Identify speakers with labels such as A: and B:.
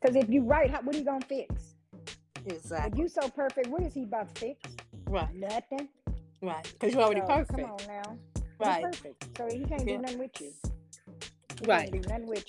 A: Because if you right, how, what are you gonna fix? If
B: Exactly.
A: you so perfect, what is he about to fix?
B: Right.
A: Nothing.
B: Right. Because you're already
A: So,
B: perfect.
A: Come on now. You're
B: Right.
A: perfect. So he can't
B: Yeah.
A: do nothing with you. He
B: Right.
A: Can't do nothing with you.